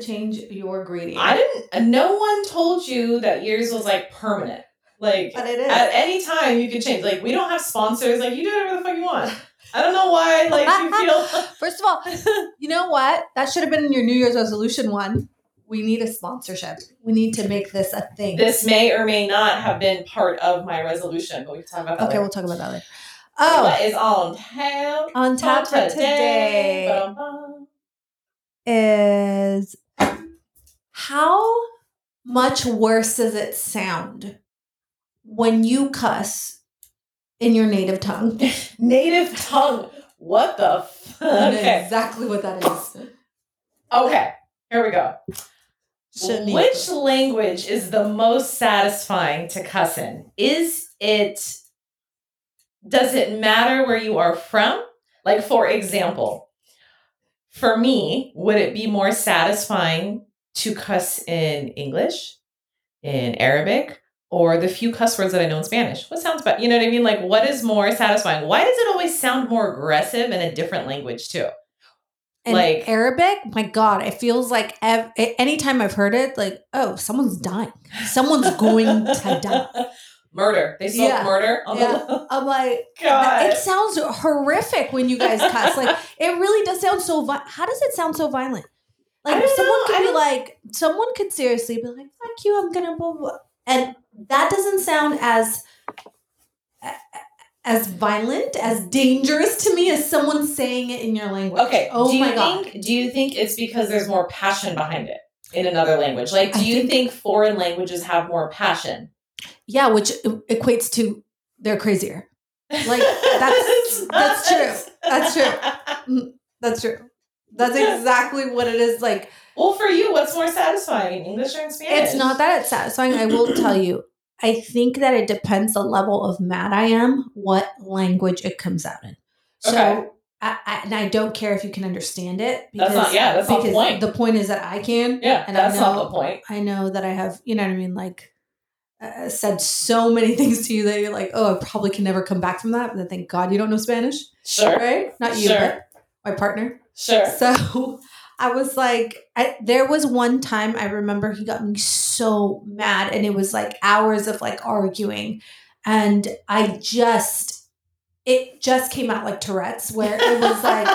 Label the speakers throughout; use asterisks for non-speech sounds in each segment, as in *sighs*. Speaker 1: change your grading.
Speaker 2: I didn't. No one told you that yours was like permanent. Like
Speaker 3: But it is.
Speaker 2: at any time you could change. Like we don't have sponsors. Like you do whatever the fuck you want. I don't know why. Like you
Speaker 3: *laughs*
Speaker 2: feel.
Speaker 3: First of
Speaker 2: *laughs*
Speaker 3: all, you know what? That should have been in your New Year's resolution one. We need a sponsorship. We need to make this a thing.
Speaker 2: This may or may not have been part of my resolution, but we can talk about that.
Speaker 3: okay,
Speaker 2: later.
Speaker 3: we'll talk about that later. Oh,
Speaker 2: What is on tap
Speaker 3: on tap for today
Speaker 2: Ba-dum-bum.
Speaker 3: is how much worse does it sound when you cuss in your native tongue? *laughs*
Speaker 2: Native tongue. What the? F-
Speaker 3: I know
Speaker 2: *laughs* okay.
Speaker 3: exactly what that is.
Speaker 2: Okay. Here we go.
Speaker 3: Shouldn't
Speaker 2: Which
Speaker 3: even.
Speaker 2: language is the most satisfying to cuss in? Is it, does it matter where you are from? Like, for example, for me, would it be more satisfying to cuss in English, in Arabic, or the few cuss words that I know in Spanish? What sounds better? You know what I mean? Like, what is more satisfying? Why does it always sound more aggressive in a different language, too?
Speaker 3: In
Speaker 2: like-
Speaker 3: Arabic, my God, it feels like ev- a- anytime I've heard it, like, oh, someone's dying. Someone's going to
Speaker 2: *laughs*
Speaker 3: die.
Speaker 2: Murder. They spoke
Speaker 3: Yeah.
Speaker 2: murder on
Speaker 3: Yeah.
Speaker 2: the low.
Speaker 3: I'm like,
Speaker 2: Oh. *laughs* God.
Speaker 3: It sounds horrific when you guys cuss. Like it really does sound so. Vi- How does it sound so violent?
Speaker 2: I
Speaker 3: Like
Speaker 2: don't
Speaker 3: someone
Speaker 2: know. I
Speaker 3: could be
Speaker 2: don't-
Speaker 3: like, someone could seriously be like, "Fuck you, I'm gonna," blah, blah. and that doesn't sound as as violent as dangerous to me as someone saying it in your language.
Speaker 2: Okay.
Speaker 3: Oh
Speaker 2: do you
Speaker 3: my god.
Speaker 2: Think, do you think it's because there's more passion behind it in another language? Like, do
Speaker 3: I
Speaker 2: you
Speaker 3: think-
Speaker 2: think, foreign languages have more passion?
Speaker 3: Yeah, which e, equates to they're crazier. Like,
Speaker 2: *laughs*
Speaker 3: that's- that's true. That's true. That's true. That's exactly what it is. Like
Speaker 2: Well, for you, what's more satisfying, in English or in Spanish?
Speaker 3: It's not that it's satisfying. I will tell you. I think that it depends the level of mad I am, what language it comes out in. So,
Speaker 2: Okay.
Speaker 3: I, I, and I don't care if you can understand it.
Speaker 2: That's not. Yeah, that's not the
Speaker 3: because
Speaker 2: point.
Speaker 3: the point is that I can.
Speaker 2: yeah,
Speaker 3: and I
Speaker 2: that's not
Speaker 3: know-
Speaker 2: the point.
Speaker 3: I know that I have. You know what I mean? Like, uh, said so many *laughs* things to you that you're like, oh, I probably can never come back from that. But then thank God you don't know Spanish,
Speaker 2: Sure,
Speaker 3: right? Not you,
Speaker 2: Sure.
Speaker 3: but my partner.
Speaker 2: sure.
Speaker 3: So I was like, I, there was one time I remember he got me so mad, and it was like hours of like arguing. And I just, it just came out like Tourette's, where it was
Speaker 2: *laughs*
Speaker 3: like,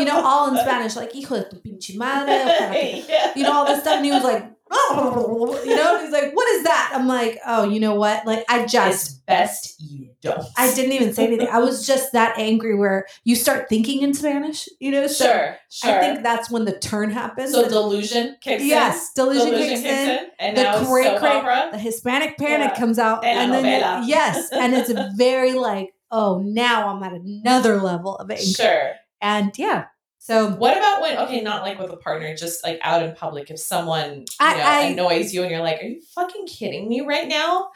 Speaker 3: you know, all in Spanish, like, hijo de tu pinche madre,
Speaker 2: yeah.
Speaker 3: you know, all this stuff. And he was like, "Oh," you know, he's like, what is that? I'm like, oh, you know what? Like, I just,
Speaker 2: It's best you don't.
Speaker 3: I didn't even say anything. I was just that angry where you start thinking in Spanish, you know? So
Speaker 2: Sure, sure.
Speaker 3: I think that's when the turn happens.
Speaker 2: so
Speaker 3: And-
Speaker 2: delusion kicks in.
Speaker 3: yes, delusion, kicks,
Speaker 2: delusion
Speaker 3: in.
Speaker 2: and
Speaker 3: the
Speaker 2: now it's
Speaker 3: cray
Speaker 2: soap
Speaker 3: cray-
Speaker 2: opera.
Speaker 3: The Hispanic panic
Speaker 2: Yeah.
Speaker 3: comes out, and then
Speaker 2: Telenovela.
Speaker 3: yes, and it's
Speaker 2: *laughs*
Speaker 3: very like, oh, now I'm at another level of anger,
Speaker 2: Sure.
Speaker 3: and yeah. So
Speaker 2: What about when okay, not like with a partner, just like out in public, if someone you
Speaker 3: I-
Speaker 2: know,
Speaker 3: I-
Speaker 2: annoys you and you're like, "Are you fucking kidding me right now?"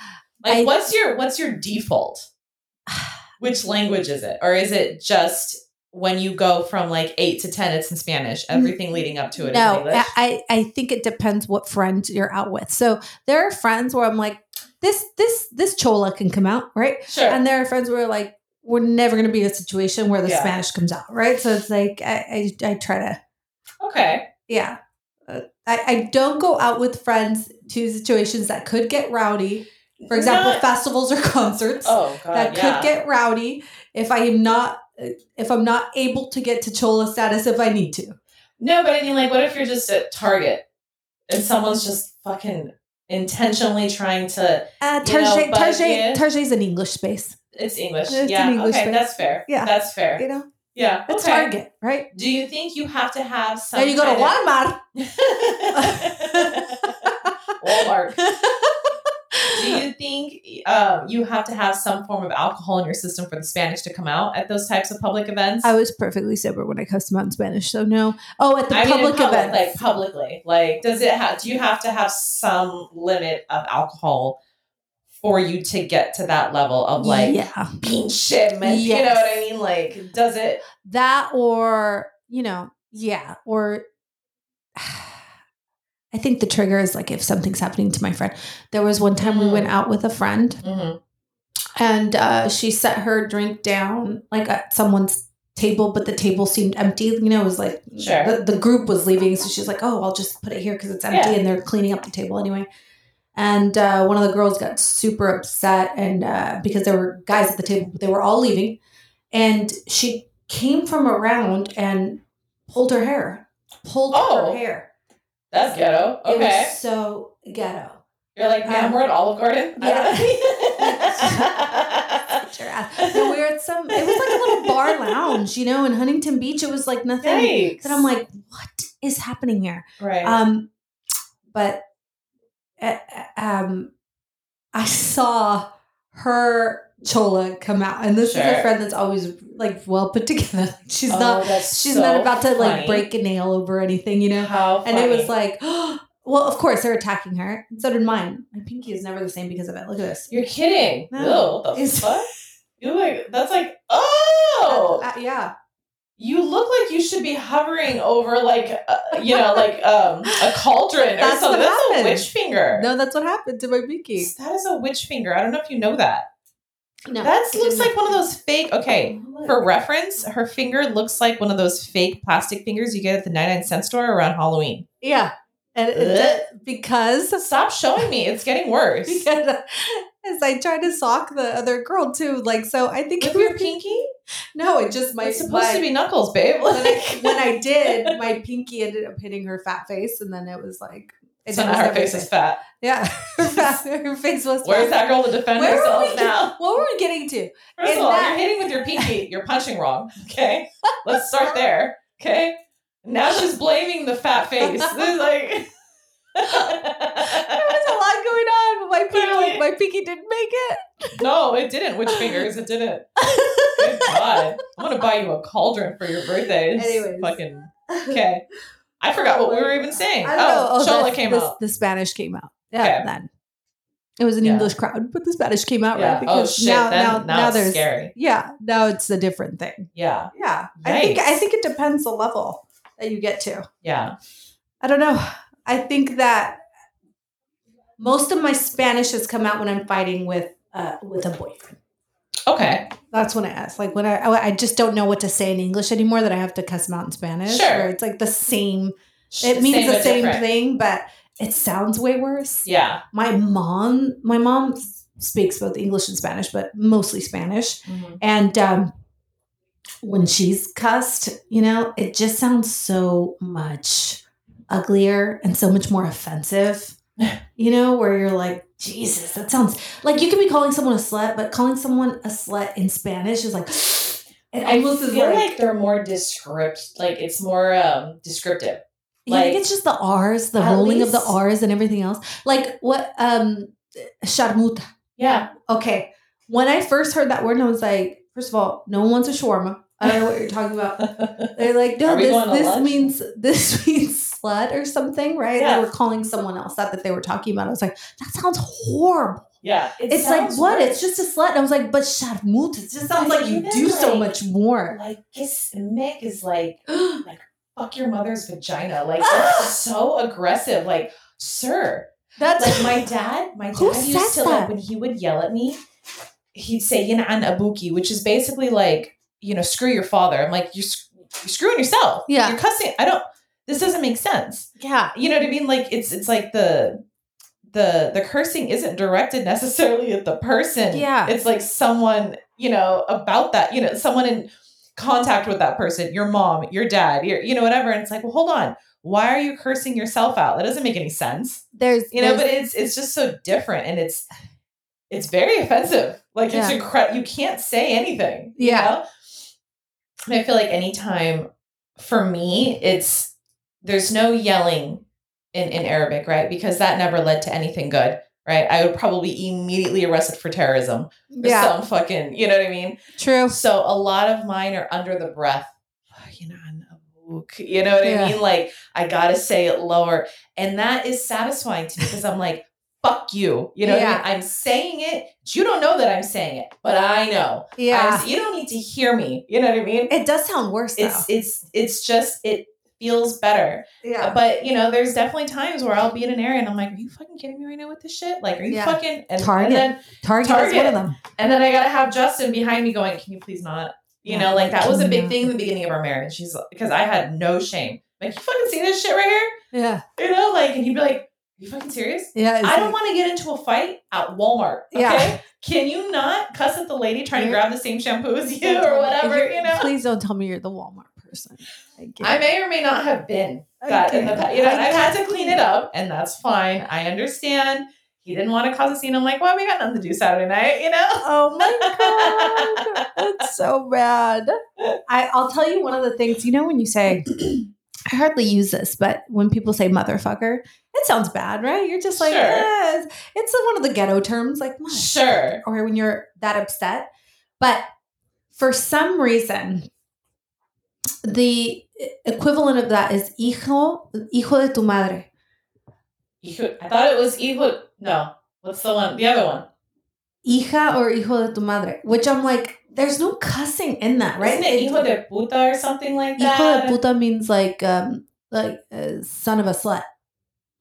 Speaker 2: Like,
Speaker 3: I-
Speaker 2: what's your what's your
Speaker 3: *sighs*
Speaker 2: default? Which language is it, or is it just when you go from like eight to ten, it's in Spanish. Everything leading up to it is
Speaker 3: no,
Speaker 2: English.
Speaker 3: I I think it depends what friend you're out with. So there are friends where I'm like, this this this chola can come out, right?
Speaker 2: sure,
Speaker 3: And there are friends where like we're never going to be in a situation where the
Speaker 2: Yeah.
Speaker 3: Spanish comes out, right? So it's like I I, I try to
Speaker 2: okay,
Speaker 3: Yeah. Uh, I, I don't go out with friends to situations that could get rowdy. For example,
Speaker 2: Not-
Speaker 3: festivals or *laughs* concerts
Speaker 2: oh god,
Speaker 3: that
Speaker 2: yeah.
Speaker 3: could get rowdy if I am not uh, if I'm not able to get to chola status if I need to.
Speaker 2: no, but I mean, like, what if you're just at Target and someone's just fucking intentionally trying to?
Speaker 3: Uh,
Speaker 2: You know,
Speaker 3: Tarjay
Speaker 2: but
Speaker 3: Tarjay
Speaker 2: yeah.
Speaker 3: Tarjay's an English space,
Speaker 2: It's English,
Speaker 3: It's an
Speaker 2: yeah,
Speaker 3: English
Speaker 2: okay,
Speaker 3: thing.
Speaker 2: that's fair,
Speaker 3: Yeah.
Speaker 2: that's fair,
Speaker 3: you know.
Speaker 2: yeah,
Speaker 3: It's
Speaker 2: okay.
Speaker 3: Target, right?
Speaker 2: Do you think you have to have some?
Speaker 3: Now you go to
Speaker 2: kind of-
Speaker 3: Walmart.
Speaker 2: *laughs* Walmart. Do you think um, you have to have some form of alcohol in your system for the Spanish to come out at those types of public events?
Speaker 3: I was perfectly sober when I cussed him out in Spanish, so no. Oh, at the
Speaker 2: I mean, in
Speaker 3: public, event.
Speaker 2: like publicly, like does it have? Do you have to have some limit of alcohol for you to get to that level of like
Speaker 3: yeah.
Speaker 2: being shit? man? You know
Speaker 3: Yes.
Speaker 2: what I mean? Like, does it?
Speaker 3: that or you know yeah or *sighs* i think the trigger is like if something's happening to my friend there was one time we
Speaker 2: Mm.
Speaker 3: went out with a friend
Speaker 2: Mhm.
Speaker 3: and uh, she set her drink down like at someone's table, but the table seemed empty. You know, it was like
Speaker 2: Sure.
Speaker 3: the, the group was leaving, so she's like, "Oh, I'll just put it here because it's empty,"
Speaker 2: Yeah.
Speaker 3: and they're cleaning up the table anyway. And uh, one of the girls got super upset, and uh, because there were guys at the table, but they were all leaving, and she came from around and pulled her hair, pulled
Speaker 2: Oh.
Speaker 3: her hair.
Speaker 2: That's ghetto.
Speaker 3: It
Speaker 2: Okay.
Speaker 3: was so ghetto.
Speaker 2: You're like, man,
Speaker 3: um,
Speaker 2: we're at Olive Garden. I
Speaker 3: *laughs*
Speaker 2: *laughs* don't know.
Speaker 3: Get your ass. So we were at some. It was like a little bar lounge, you know, in Huntington Beach. It was like nothing.
Speaker 2: Thanks.
Speaker 3: That I'm like, what is happening here?
Speaker 2: right.
Speaker 3: Um, but uh, um, I saw her chola come out, and this is
Speaker 2: Sure.
Speaker 3: a friend that's always like well put together. *laughs* She's
Speaker 2: Oh,
Speaker 3: not.
Speaker 2: that's
Speaker 3: She's
Speaker 2: so
Speaker 3: not about to like
Speaker 2: funny.
Speaker 3: break a nail over anything, you know.
Speaker 2: How
Speaker 3: And it
Speaker 2: funny.
Speaker 3: was like, *gasps* well, of course they're attacking her. And so did mine. My pinky is never the same because of it. Look at this.
Speaker 2: You're kidding.
Speaker 3: No.
Speaker 2: No. What the
Speaker 3: It's- *laughs*
Speaker 2: fuck? You like that's like oh
Speaker 3: Uh, uh, yeah.
Speaker 2: you look like you should be hovering over like uh, you know like um a cauldron or
Speaker 3: That's
Speaker 2: something.
Speaker 3: what
Speaker 2: That's a
Speaker 3: happened.
Speaker 2: witch finger.
Speaker 3: No, that's what happened to my pinky.
Speaker 2: That is a witch finger. I don't know if you know that.
Speaker 3: No,
Speaker 2: That
Speaker 3: it
Speaker 2: looks
Speaker 3: didn't-
Speaker 2: like one of those fake. Okay,
Speaker 3: Look.
Speaker 2: for reference, her finger looks like one of those fake plastic fingers you get at the 99 cent store around Halloween.
Speaker 3: Yeah. And it,
Speaker 2: Ugh. *laughs*
Speaker 3: because *laughs*
Speaker 2: Stop showing me. It's getting worse.
Speaker 3: because as I tried to sock the other girl too, like so I think
Speaker 2: With
Speaker 3: it
Speaker 2: your
Speaker 3: was
Speaker 2: pinky?
Speaker 3: no, it just my
Speaker 2: it's supposed
Speaker 3: my-
Speaker 2: to be knuckles, babe.
Speaker 3: when I, *laughs*
Speaker 2: Like-
Speaker 3: when
Speaker 2: *laughs*
Speaker 3: I did, my pinky ended up hitting her fat face, and then it was like it
Speaker 2: so
Speaker 3: was
Speaker 2: now her
Speaker 3: never
Speaker 2: face
Speaker 3: the
Speaker 2: is
Speaker 3: same.
Speaker 2: fat.
Speaker 3: yeah, *laughs* her, fat, her face was.
Speaker 2: Where's
Speaker 3: fat.
Speaker 2: that girl to defend
Speaker 3: Where were
Speaker 2: herself
Speaker 3: we?
Speaker 2: now?
Speaker 3: What were we getting to? *laughs*
Speaker 2: First
Speaker 3: In
Speaker 2: of all,
Speaker 3: that-
Speaker 2: you're hitting with your pinky. You're punching wrong.
Speaker 3: *laughs*
Speaker 2: Okay, let's start there. Okay, now she's blaming the
Speaker 3: *laughs*
Speaker 2: fat face. This is like. *laughs*
Speaker 3: There was a lot going on, but my pinky,
Speaker 2: Clearly.
Speaker 3: my pinky didn't make it.
Speaker 2: No, it didn't. Which fingers?
Speaker 3: *laughs*
Speaker 2: It didn't. Good God. I'm gonna buy you a cauldron for your birthday. It's
Speaker 3: Anyways. *laughs*
Speaker 2: Fucking okay. I forgot what we were even saying.
Speaker 3: I don't know.
Speaker 2: Oh, Shola
Speaker 3: that's-
Speaker 2: came
Speaker 3: the,
Speaker 2: out.
Speaker 3: The Spanish came out. Yeah,
Speaker 2: Okay.
Speaker 3: then it was an
Speaker 2: Yeah.
Speaker 3: English crowd, but the Spanish came out
Speaker 2: Yeah.
Speaker 3: right
Speaker 2: Oh
Speaker 3: because
Speaker 2: shit.
Speaker 3: now,
Speaker 2: then,
Speaker 3: now, now,
Speaker 2: now, it's
Speaker 3: there's
Speaker 2: scary.
Speaker 3: yeah, now it's a different thing.
Speaker 2: Yeah.
Speaker 3: Yeah, I think
Speaker 2: Nice.
Speaker 3: I think it depends the level that you get to.
Speaker 2: Yeah.
Speaker 3: I don't know. I think that most of my Spanish has come out when I'm fighting with uh, with a boyfriend.
Speaker 2: Okay.
Speaker 3: That's when I ask. Like when I I I just don't know what to say in English anymore. That I have to cuss them out in Spanish.
Speaker 2: Sure.
Speaker 3: Or it's like the same.
Speaker 2: Sh-
Speaker 3: It means the
Speaker 2: but
Speaker 3: same
Speaker 2: different.
Speaker 3: thing, but it sounds way worse.
Speaker 2: Yeah.
Speaker 3: My mom, my mom s- speaks both English and Spanish, but mostly Spanish. And um, when she's cussed, you know, it just sounds so much uglier and so much more
Speaker 2: *laughs*
Speaker 3: offensive. You know, where you're like, Jesus, that sounds like you could be calling someone a slut, but calling someone a slut in Spanish is like, *gasps* it
Speaker 2: I
Speaker 3: almost is
Speaker 2: feel
Speaker 3: like,
Speaker 2: like, they're more descript. Like it's more um descriptive.
Speaker 3: you think
Speaker 2: like-
Speaker 3: it's just the R's, the
Speaker 2: At
Speaker 3: rolling of the
Speaker 2: least-
Speaker 3: R's and everything else. Like what, um, sharmuta.
Speaker 2: Yeah. *laughs*
Speaker 3: Okay. When I first heard that word, I was like, first of all, no one wants a shawarma. I don't know what you're talking
Speaker 2: *laughs*
Speaker 3: about. They're like, no,
Speaker 2: Are we
Speaker 3: this
Speaker 2: going to
Speaker 3: this
Speaker 2: lunch?
Speaker 3: means this *laughs* means slut or something, right?
Speaker 2: Yeah.
Speaker 3: They were calling someone else that that they were talking about. I was like, that sounds horrible.
Speaker 2: yeah. It
Speaker 3: it's like
Speaker 2: sounds
Speaker 3: what?
Speaker 2: weird.
Speaker 3: It's just a slut. And I was like, but sharmut, it just sounds
Speaker 2: Like,
Speaker 3: like you
Speaker 2: even
Speaker 3: do so
Speaker 2: like-
Speaker 3: much more. *gasps*
Speaker 2: like kiss Mick is like
Speaker 3: yeah,
Speaker 2: fuck your mother's
Speaker 3: *laughs*
Speaker 2: vagina. Like that's so aggressive. Like, sir.
Speaker 3: That's- *laughs*
Speaker 2: like my dad, my
Speaker 3: Who
Speaker 2: dad
Speaker 3: says
Speaker 2: used to like
Speaker 3: that?
Speaker 2: when he would yell at me, he'd say yin an abuki, which is basically like, you know, screw your father. I'm like, you're, sc- you're screwing yourself.
Speaker 3: Yeah.
Speaker 2: You're cussing. I don't this doesn't make sense. You know what I mean? Like it's it's like the the the cursing isn't directed necessarily at the person.
Speaker 3: Yeah.
Speaker 2: It's like someone, you know, about that, you know, someone in contact with that person, your mom, your dad, your, you know, whatever. And it's like, well, hold on. Why are you cursing yourself out? That doesn't make any sense.
Speaker 3: There's
Speaker 2: You know,
Speaker 3: there's-
Speaker 2: but it's it's just so different and it's it's very *laughs* offensive. Like it's
Speaker 3: Yeah.
Speaker 2: incredible. You can't say anything. you
Speaker 3: Yeah.
Speaker 2: know? And I feel like anytime for me, it's there's no yelling in, in Arabic, right? Because that never led to anything good, right? I would probably be immediately arrested for terrorism or
Speaker 3: yeah,
Speaker 2: some fucking, you know what I mean?
Speaker 3: true.
Speaker 2: So a lot of mine are under the breath. You know, and a book, you know what
Speaker 3: Yeah.
Speaker 2: I mean? Like, I gotta say it lower. And that is satisfying to me because I'm like, fuck you. You know
Speaker 3: Yeah.
Speaker 2: what I mean? I'm saying it. but You don't know that I'm saying it, but I know.
Speaker 3: Yeah.
Speaker 2: I'm- you don't need to hear me. You know what I mean?
Speaker 3: it does sound worse though.
Speaker 2: It's it's it's just it feels better. Uh,
Speaker 3: yeah.
Speaker 2: But you know, there's definitely times where I'll be in an area and I'm like, are you fucking kidding me right now with this shit? Like, are you
Speaker 3: Yeah.
Speaker 2: fucking and,
Speaker 3: Target.
Speaker 2: and then
Speaker 3: Target, is one of
Speaker 2: Target.
Speaker 3: them.
Speaker 2: and then I gotta have Justin behind me going, "Can you please not?" You
Speaker 3: Yeah,
Speaker 2: know, like that
Speaker 3: I
Speaker 2: was a big
Speaker 3: cannot.
Speaker 2: thing in the beginning of our marriage. She's because I had no shame. Like, you fucking see this shit right
Speaker 3: Yeah.
Speaker 2: here? You know, like, and he'd be like, you fucking serious?
Speaker 3: Yeah.
Speaker 2: I don't want to get into a fight at Walmart. Okay.
Speaker 3: Yeah.
Speaker 2: Can you not cuss at the lady trying to
Speaker 3: You're-
Speaker 2: grab the same shampoo as *laughs* you or whatever? You *laughs* know,
Speaker 3: Please don't tell me you're the Walmart person. I get
Speaker 2: I
Speaker 3: it.
Speaker 2: may or may not have been
Speaker 3: I
Speaker 2: that in the
Speaker 3: get
Speaker 2: past.
Speaker 3: it.
Speaker 2: You know,
Speaker 3: I
Speaker 2: and I've had to
Speaker 3: get
Speaker 2: clean it up, and that's fine. I understand. He didn't want to cause a scene. I'm like, well, we got nothing to do Saturday night, you know?
Speaker 3: Oh
Speaker 2: *laughs*
Speaker 3: my god, that's so bad. I, I'll tell you one of the things. You know when you say, I hardly use this, but when people say motherfucker, it sounds bad, right? You're just like,
Speaker 2: Sure.
Speaker 3: "Eh," it's one of the ghetto terms, like "Mother-
Speaker 2: Sure.
Speaker 3: or when you're that upset. But for some reason, the equivalent of that is hijo, hijo de tu madre.
Speaker 2: Hijo- I thought it was hijo. No, what's the one? The other one,
Speaker 3: Hija or hijo de tu madre, which I'm like, there's no cussing in that, right?
Speaker 2: Isn't it hijo de puta or something like that?
Speaker 3: Hijo de puta means like um like uh, son of a slut.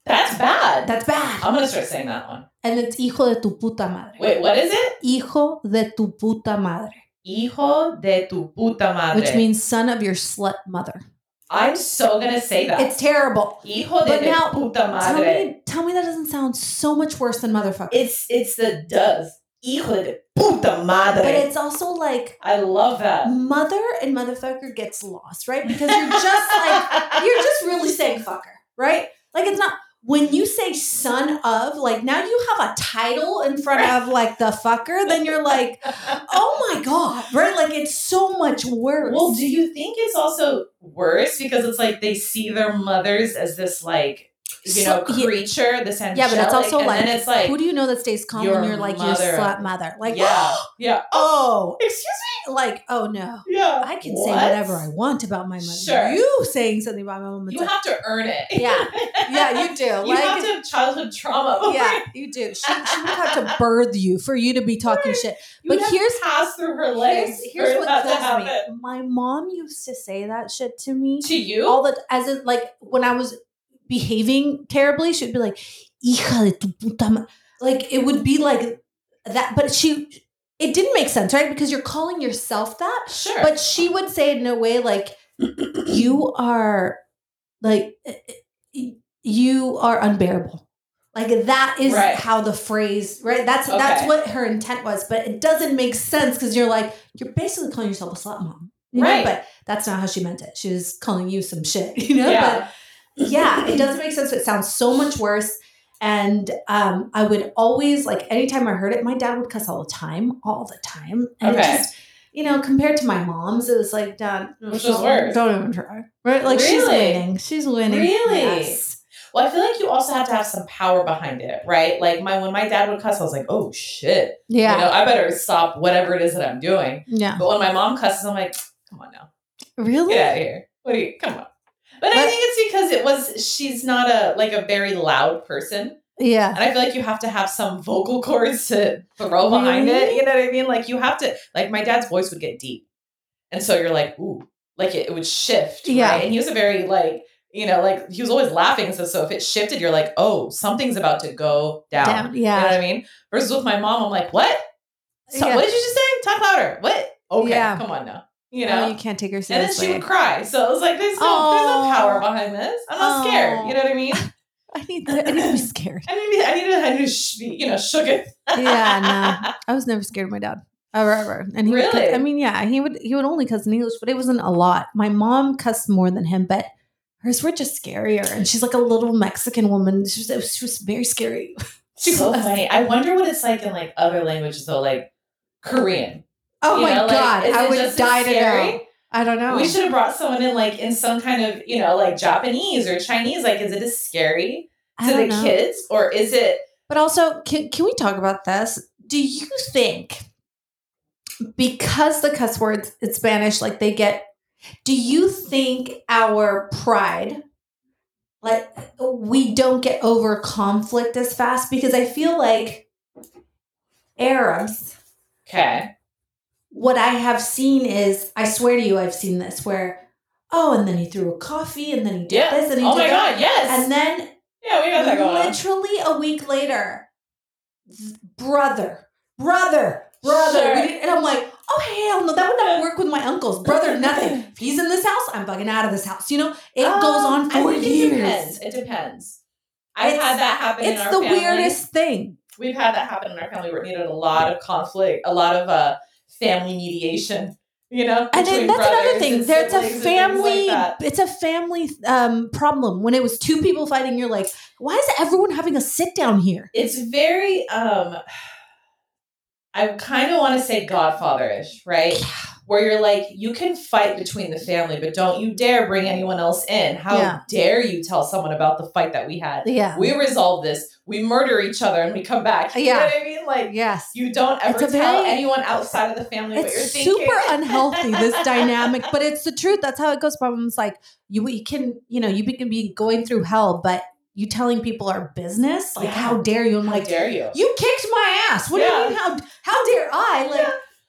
Speaker 2: That's bad.
Speaker 3: That's bad.
Speaker 2: I'm gonna start saying that one.
Speaker 3: And it's hijo de tu puta madre.
Speaker 2: Oh. Wait, what is it?
Speaker 3: Hijo de tu puta madre,
Speaker 2: Hijo de tu puta madre.
Speaker 3: which means son of your slut mother.
Speaker 2: I'm so gonna say that.
Speaker 3: It's terrible.
Speaker 2: hijo de
Speaker 3: but
Speaker 2: tu
Speaker 3: now,
Speaker 2: puta
Speaker 3: Tell
Speaker 2: madre.
Speaker 3: me, tell me that doesn't sound so much worse than motherfucker.
Speaker 2: it's it's the does. Hijo de puta madre.
Speaker 3: but it's also like
Speaker 2: I love that.
Speaker 3: mother and motherfucker gets lost, right? Because you're
Speaker 2: *laughs*
Speaker 3: just like you're just really saying fucker, right? Like it's not when you say son of, like now you have a title in front of like the fucker, then you're like, oh my god, right? Like it's so much worse.
Speaker 2: Well, do you think it's also worse because it's like they see their mothers as this like you know
Speaker 3: So- yeah.
Speaker 2: creature, this angelic,
Speaker 3: yeah, but it's also
Speaker 2: and
Speaker 3: like,
Speaker 2: then it's like
Speaker 3: who do you know that stays calm
Speaker 2: your
Speaker 3: when you're like
Speaker 2: mother.
Speaker 3: your slut mother? Like, *gasps*
Speaker 2: yeah, yeah.
Speaker 3: oh,
Speaker 2: Excuse
Speaker 3: like oh no,
Speaker 2: me. Yeah,
Speaker 3: I can say
Speaker 2: What?
Speaker 3: whatever I want about my mother.
Speaker 2: Sure.
Speaker 3: You saying something about my mom? it's
Speaker 2: You
Speaker 3: like,
Speaker 2: have to earn it.
Speaker 3: Yeah.
Speaker 2: *laughs*
Speaker 3: yeah, you do.
Speaker 2: You
Speaker 3: like,
Speaker 2: have to have childhood *laughs* trauma.
Speaker 3: yeah, you do. She, she would have to birth you for you to be talking shit.
Speaker 2: You
Speaker 3: But
Speaker 2: have to
Speaker 3: here's-
Speaker 2: pass through her legs.
Speaker 3: Here's, here's
Speaker 2: for
Speaker 3: what
Speaker 2: that to
Speaker 3: kills me.
Speaker 2: happen.
Speaker 3: My mom used to say that shit to me
Speaker 2: To you,
Speaker 3: all the as in like when I was behaving terribly, she'd be like, "Hija de tu puta," ma-" like it would be like that. But she, it didn't make sense, right? Because you're calling yourself that.
Speaker 2: sure.
Speaker 3: But she would say it in a way like, "You are, like, eh, you are unbearable." Like that is
Speaker 2: Right.
Speaker 3: how the phrase, right? That's that's
Speaker 2: Okay.
Speaker 3: what her intent was, but it doesn't make sense because you're like you're basically calling yourself a slut mom, you know?
Speaker 2: Right.
Speaker 3: But that's not how she meant it. She was calling you some shit, *laughs* you know. But
Speaker 2: yeah,
Speaker 3: yeah, it doesn't make sense. It sounds so much worse. And um, I would always like anytime I heard it, my dad would cuss all the time, all the time. And it
Speaker 2: Okay.
Speaker 3: just, you know, compared to my mom's, it was like, Dad,
Speaker 2: Which
Speaker 3: don't,
Speaker 2: is worse.
Speaker 3: Don't even try. Right? Like she's
Speaker 2: Really?
Speaker 3: winning. She's winning.
Speaker 2: Really?
Speaker 3: Yes.
Speaker 2: Well, I feel like you also have to have some power behind it, right? Like my when my dad would cuss, I was like, "Oh shit!"
Speaker 3: Yeah. Uh-huh.
Speaker 2: You know, I better stop whatever it is that I'm doing.
Speaker 3: yeah.
Speaker 2: But when my mom cusses, I'm like, "Come on now,
Speaker 3: Really?
Speaker 2: *laughs* get out of here! What are you? Come on!" But I
Speaker 3: But-
Speaker 2: think it's because it was she's not a like a very loud person,
Speaker 3: Yeah.
Speaker 2: and I feel like you have to have some vocal cords to throw behind it.
Speaker 3: Really?
Speaker 2: You know what I mean? Like you have to like my dad's voice would get deep, and so you're like, "Ooh," like it, it would shift.
Speaker 3: Yeah.
Speaker 2: right? and he was a very like. You know, like he was always laughing. So, so if it shifted, you're like, oh, something's about to go down.
Speaker 3: Down.
Speaker 2: You
Speaker 3: Yeah.
Speaker 2: know what I mean? Versus with my mom, I'm like, what? So,
Speaker 3: Yeah.
Speaker 2: What did you just say? Talk louder. What? Okay,
Speaker 3: Yeah.
Speaker 2: come on now. You
Speaker 3: Oh,
Speaker 2: know?
Speaker 3: you can't take her
Speaker 2: and then
Speaker 3: seriously.
Speaker 2: she would cry. So I was like, there's no, there's no
Speaker 3: Aw.
Speaker 2: power behind this. I'm not scared.
Speaker 3: Aw.
Speaker 2: You know what I mean?
Speaker 3: I need to, I need to be scared.
Speaker 2: I need to, I need to, I need to sh- be, you know, shook
Speaker 3: yeah,
Speaker 2: *laughs*
Speaker 3: no. I was never scared of my dad. Ever, ever. And he would
Speaker 2: Really?
Speaker 3: cuss, I mean, yeah, he would he would only cuss in English, but it wasn't a lot. My mom cussed more than him, but hers were just scarier. And she's like a little Mexican woman. She was, it was- she was very scary. *laughs*
Speaker 2: She's *laughs* so funny. I wonder what it's like in like other languages though, like Korean.
Speaker 3: Oh
Speaker 2: You
Speaker 3: my
Speaker 2: know, like,
Speaker 3: god.
Speaker 2: is
Speaker 3: I
Speaker 2: it
Speaker 3: would
Speaker 2: just as
Speaker 3: die to
Speaker 2: scary?
Speaker 3: know. I don't know.
Speaker 2: We should have brought someone in like in some kind of, you know, like Japanese or Chinese. Like, is it as scary
Speaker 3: I
Speaker 2: to the
Speaker 3: don't know.
Speaker 2: kids? Or is it
Speaker 3: But also, can can we talk about this? Do you think because the cuss words in Spanish, like they get, do you think our pride, like we don't get over conflict as fast? Because I feel like Arabs,
Speaker 2: Okay.
Speaker 3: what I have seen is, I swear to you, I've seen this where, oh, and then he threw a coffee, and then he did
Speaker 2: Yeah.
Speaker 3: this, and he
Speaker 2: Oh
Speaker 3: did
Speaker 2: my
Speaker 3: that,
Speaker 2: god, yes.
Speaker 3: and then
Speaker 2: yeah, we got that going on.
Speaker 3: Literally a week later, th- brother, brother, brother.
Speaker 2: Sure.
Speaker 3: we didn't- And I'm like, oh hell no, that would never work with my uncles, brother, nothing. If he's in this house, I'm bugging out of this house. You know, it goes on
Speaker 2: Um, I
Speaker 3: for
Speaker 2: think
Speaker 3: years.
Speaker 2: It depends. It depends. I've
Speaker 3: It's-
Speaker 2: had that happen. in
Speaker 3: It's
Speaker 2: our
Speaker 3: the
Speaker 2: family.
Speaker 3: weirdest thing.
Speaker 2: We've had that happen in our family where it needed a lot of conflict, a lot of uh, family mediation. You know,
Speaker 3: And then
Speaker 2: between
Speaker 3: that's another
Speaker 2: brothers
Speaker 3: thing.
Speaker 2: and
Speaker 3: There's a
Speaker 2: siblings and things like
Speaker 3: family.
Speaker 2: that.
Speaker 3: it's a family um, problem. When it was two people fighting, you're like, why is everyone having a sit down here?
Speaker 2: it's very um i kind of want to say godfather-ish right where you're like you can fight between the family but don't you dare bring anyone else in how
Speaker 3: Yeah.
Speaker 2: dare you tell someone about the fight that we had
Speaker 3: Yeah.
Speaker 2: we resolve this we murder each other and we come back you know
Speaker 3: Yeah.
Speaker 2: what i mean like
Speaker 3: Yes.
Speaker 2: you don't ever
Speaker 3: It's a
Speaker 2: tell
Speaker 3: very-
Speaker 2: anyone outside of the family what you're
Speaker 3: It's
Speaker 2: thinking
Speaker 3: super unhealthy, this dynamic, but it's the truth. That's how it goes. Problems like you, we can, you know, you be- can be going through hell, but you telling people our business, like,
Speaker 2: Yeah.
Speaker 3: how dare you? I'm
Speaker 2: how
Speaker 3: like,
Speaker 2: dare you
Speaker 3: you kicked my ass. What do
Speaker 2: Yeah.
Speaker 3: you mean? How, how dare I? Like,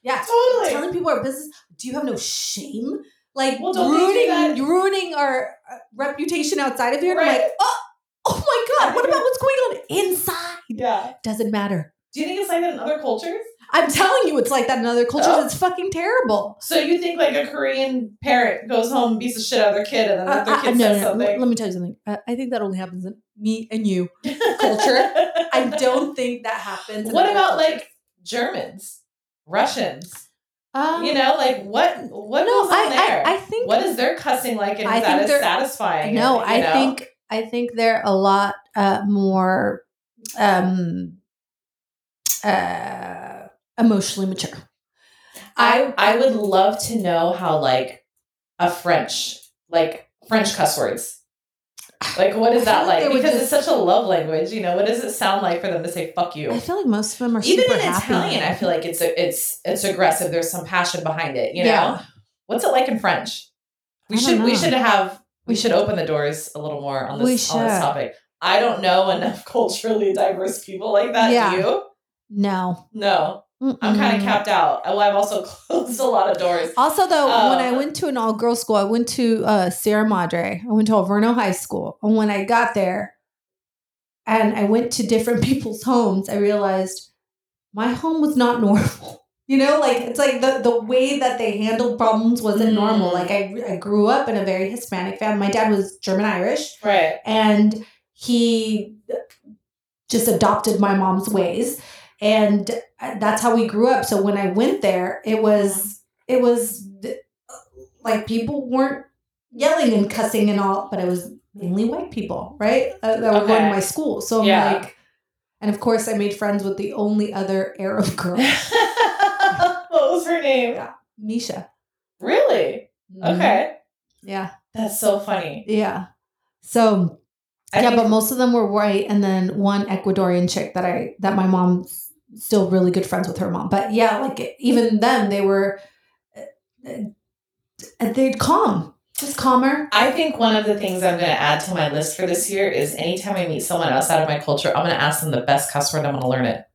Speaker 2: Yeah.
Speaker 3: yeah.
Speaker 2: totally
Speaker 3: telling people our business. Do you have no shame? Like
Speaker 2: Well, don't they do that?
Speaker 3: ruining ruining our uh, reputation outside of here. And I'm
Speaker 2: Right.
Speaker 3: like, oh, oh my god, what about what's going on inside?
Speaker 2: yeah
Speaker 3: Doesn't matter.
Speaker 2: do you think it's like that in other cultures
Speaker 3: I'm telling you, it's like that in other cultures.
Speaker 2: Oh.
Speaker 3: It's fucking terrible.
Speaker 2: So you think like a Korean parent goes home and beats the shit out of their kid, and then
Speaker 3: Uh,
Speaker 2: their
Speaker 3: I- *laughs*
Speaker 2: kid
Speaker 3: no,
Speaker 2: says
Speaker 3: no, no. Let
Speaker 2: something?
Speaker 3: me tell you something. Uh, I think that only happens in me and
Speaker 2: *laughs*
Speaker 3: you culture. I don't think that happens. in
Speaker 2: What
Speaker 3: other
Speaker 2: about
Speaker 3: cultures.
Speaker 2: like Germans, Russians?
Speaker 3: Um,
Speaker 2: You know, like what what
Speaker 3: no,
Speaker 2: goes on
Speaker 3: I,
Speaker 2: there?
Speaker 3: I I think
Speaker 2: what is their cussing like, and
Speaker 3: I
Speaker 2: is that
Speaker 3: think
Speaker 2: as
Speaker 3: they're-
Speaker 2: satisfying?
Speaker 3: No,
Speaker 2: and,
Speaker 3: I
Speaker 2: you know?
Speaker 3: think I think they're a lot uh, more um, uh, emotionally mature.
Speaker 2: I I would love to know how like a French like French cuss words. Like what is
Speaker 3: I feel like
Speaker 2: that like?
Speaker 3: *laughs* they would
Speaker 2: Because it's
Speaker 3: just-
Speaker 2: such a love language, you know. What does it sound like for them to say "fuck you"?
Speaker 3: I feel like most of them are
Speaker 2: even
Speaker 3: super
Speaker 2: in
Speaker 3: happy.
Speaker 2: Italian, I feel like it's a, it's it's aggressive. There's some passion behind it. You know,
Speaker 3: Yeah.
Speaker 2: what's it like in French? We
Speaker 3: I don't
Speaker 2: should we
Speaker 3: know.
Speaker 2: should have we
Speaker 3: We
Speaker 2: should open the doors a little more on
Speaker 3: We
Speaker 2: this on this
Speaker 3: should.
Speaker 2: topic. I don't know enough *laughs* culturally diverse people like that.
Speaker 3: Yeah. Mm-hmm.
Speaker 2: Do you?
Speaker 3: no,
Speaker 2: No, I'm kind of
Speaker 3: Mm-mm.
Speaker 2: capped out. Oh, I've also *laughs* closed a lot of doors.
Speaker 3: Also, though, when I
Speaker 2: Uh,
Speaker 3: went to an all girls school, I went to uh, Sierra Madre. I went to Alverno High School. And when I got there and I went to different *laughs* people's homes, I realized my home was not normal. *laughs* You know, like it's like the, the way that they handled problems wasn't normal.
Speaker 2: Mm.
Speaker 3: Like I, I grew up in a very Hispanic family. My dad was German Irish
Speaker 2: Right.
Speaker 3: and he just adopted my mom's ways and that's how we grew up so when i went there it was it was like people weren't yelling and cussing and all but it was mainly white people right uh, that were going
Speaker 2: Okay.
Speaker 3: to my school so i'm
Speaker 2: Yeah.
Speaker 3: like and of course i made friends with the only other arab *laughs* girl
Speaker 2: *laughs* what was her name?
Speaker 3: misha
Speaker 2: Really?
Speaker 3: Mhm.
Speaker 2: Okay.
Speaker 3: yeah
Speaker 2: That's so funny.
Speaker 3: yeah so
Speaker 2: I
Speaker 3: yeah,
Speaker 2: think-
Speaker 3: but most of them were white, and then one Ecuadorian chick that I that my mom's still really good friends with her mom. But yeah, like even then they were, uh, uh, they'd calm, just calmer.
Speaker 2: I think one of the things I'm going to add to my list for this year is anytime I meet someone outside of my culture, I'm going to ask them the best cuss word. I'm going to learn it.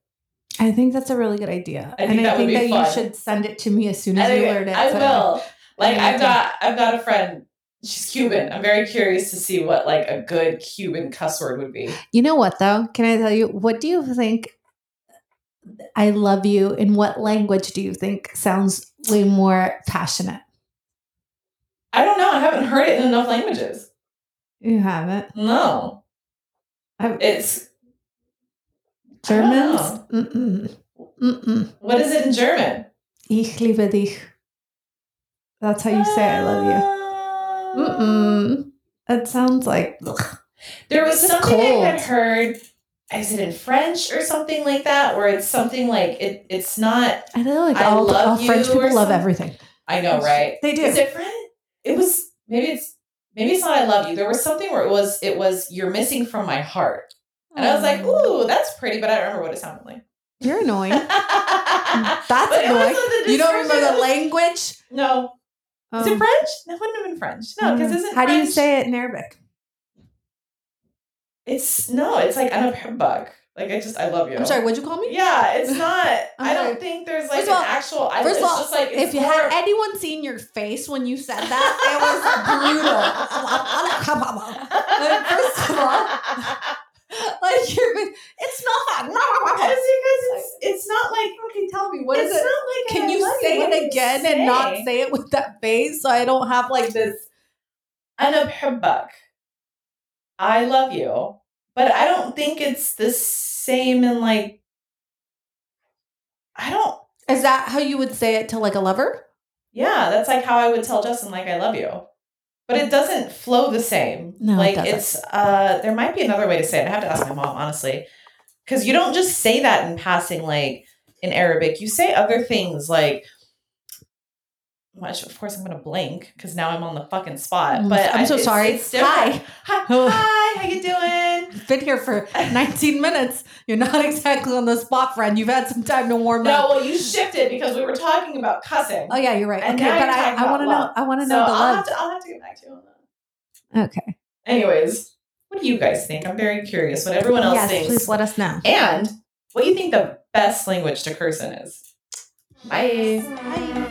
Speaker 3: I think that's a really good idea,
Speaker 2: I think that would be fun.
Speaker 3: you should send it to me as soon as
Speaker 2: I,
Speaker 3: you learn it.
Speaker 2: I
Speaker 3: so-
Speaker 2: will. Like
Speaker 3: Yeah.
Speaker 2: I've got, I've got a friend. She's Cuban. I'm very curious to see what like a good Cuban cuss word would be.
Speaker 3: You know what though? Can I tell you what do you think? I love you. In what language do you think sounds way more passionate?
Speaker 2: I don't know. I haven't heard it in enough languages.
Speaker 3: You haven't
Speaker 2: No,
Speaker 3: I've-
Speaker 2: it's I don't
Speaker 3: Germans.
Speaker 2: know.
Speaker 3: Mm-mm. Mm-mm.
Speaker 2: What is it in German?
Speaker 3: Ich liebe dich. That's how you say I love you.
Speaker 2: you.
Speaker 3: Mm-mm. That sounds like ugh.
Speaker 2: There was
Speaker 3: It's
Speaker 2: something I had
Speaker 3: cold.
Speaker 2: heard. Is it in French or something like that? Where it's something like it. It's not.
Speaker 3: I feel like
Speaker 2: I
Speaker 3: all,
Speaker 2: love
Speaker 3: all
Speaker 2: you
Speaker 3: French
Speaker 2: or
Speaker 3: people love
Speaker 2: something.
Speaker 3: everything.
Speaker 2: I know, right?
Speaker 3: They
Speaker 2: Is
Speaker 3: do.
Speaker 2: it French? It was maybe it's maybe it's not I love you. There was something where it was it was you're missing from my heart, and I was like, ooh, that's pretty, but I don't remember what it
Speaker 3: *laughs*
Speaker 2: sounded like.
Speaker 3: Um,
Speaker 2: *laughs*
Speaker 3: You're annoying.
Speaker 2: That's
Speaker 3: That's annoying. You don't remember the language?
Speaker 2: No, is it
Speaker 3: Um,
Speaker 2: French? No, it wouldn't have been French. No, because
Speaker 3: mm.
Speaker 2: isn't
Speaker 3: How do you
Speaker 2: French-
Speaker 3: say it in Arabic?
Speaker 2: It's no, it's like I'm a bug. Like I just I love you.
Speaker 3: I'm sorry, what'd you call me?
Speaker 2: Yeah, it's
Speaker 3: *laughs*
Speaker 2: not.
Speaker 3: I'm
Speaker 2: I don't
Speaker 3: sorry.
Speaker 2: think there's like
Speaker 3: First of all-
Speaker 2: an actual. I,
Speaker 3: First
Speaker 2: it's
Speaker 3: of all,
Speaker 2: just like it's
Speaker 3: if you
Speaker 2: more-
Speaker 3: had
Speaker 2: *laughs*
Speaker 3: anyone seen your face when you said
Speaker 2: *laughs* *laughs*
Speaker 3: that, it was brutal. like, first of all, like you're, it's smell fog.
Speaker 2: It's because it's, it's not like
Speaker 3: Fucking tell me what is
Speaker 2: it's
Speaker 3: it?
Speaker 2: not like
Speaker 3: Can
Speaker 2: I
Speaker 3: you
Speaker 2: love
Speaker 3: say
Speaker 2: What do
Speaker 3: it
Speaker 2: you
Speaker 3: again and not
Speaker 2: say?
Speaker 3: say it with that face so I don't have like this?
Speaker 2: Anna Perbuck. I love you, but I don't think it's the same in like. I don't.
Speaker 3: Is that how you would say it to like a lover?
Speaker 2: Yeah, that's like how I would tell Justin, like I love you, but it doesn't flow the same.
Speaker 3: No, it
Speaker 2: like
Speaker 3: doesn't.
Speaker 2: it's. uh There might be another way to say it. I have to ask my mom honestly, because you don't just say that in passing, like in Arabic. You say other things like. Much, of course, I'm gonna blank because now I'm on the fucking spot. But
Speaker 3: Mm, I'm so
Speaker 2: I- it's-
Speaker 3: sorry.
Speaker 2: It's different.
Speaker 3: Hi,
Speaker 2: Hi,
Speaker 3: Oh.
Speaker 2: hi, how you doing?
Speaker 3: been here
Speaker 2: *laughs*
Speaker 3: for 19 minutes. You're not exactly on the spot, friend. You've had some time to warm
Speaker 2: No,
Speaker 3: up.
Speaker 2: well, you shifted because we were talking about cussing.
Speaker 3: Oh yeah, you're right.
Speaker 2: And
Speaker 3: okay,
Speaker 2: now
Speaker 3: but
Speaker 2: you're talking
Speaker 3: I, I
Speaker 2: about
Speaker 3: want to know.
Speaker 2: love.
Speaker 3: I want to
Speaker 2: so
Speaker 3: know the
Speaker 2: I'll,
Speaker 3: love.
Speaker 2: have to, I'll have to get back to you on that.
Speaker 3: okay.
Speaker 2: Anyways, what do you guys think? I'm very curious what everyone else
Speaker 3: Yes,
Speaker 2: thinks.
Speaker 3: please let us know.
Speaker 2: And what do you think the best language to curse in is? Bye.
Speaker 3: Bye.